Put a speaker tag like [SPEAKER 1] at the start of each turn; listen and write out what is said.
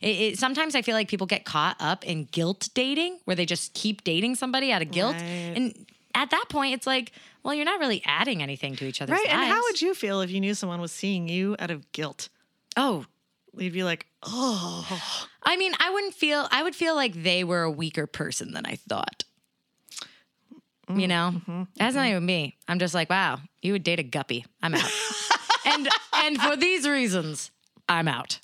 [SPEAKER 1] It, it, sometimes I feel like people get caught up in guilt dating, where they just keep dating somebody out of guilt,
[SPEAKER 2] Right.
[SPEAKER 1] and at that point, it's like, well, you're not really adding anything to each other's
[SPEAKER 2] Right.
[SPEAKER 1] lives.
[SPEAKER 2] And how would you feel if you knew someone was seeing you out of guilt?
[SPEAKER 1] Oh,
[SPEAKER 2] You'd be like, oh,
[SPEAKER 1] I mean, I wouldn't feel. I would feel like they were a weaker person than I thought. you know,
[SPEAKER 2] Mm-hmm,
[SPEAKER 1] that's not even me. I'm just like, wow, you would date a guppy. I'm out. and and for these reasons, I'm out.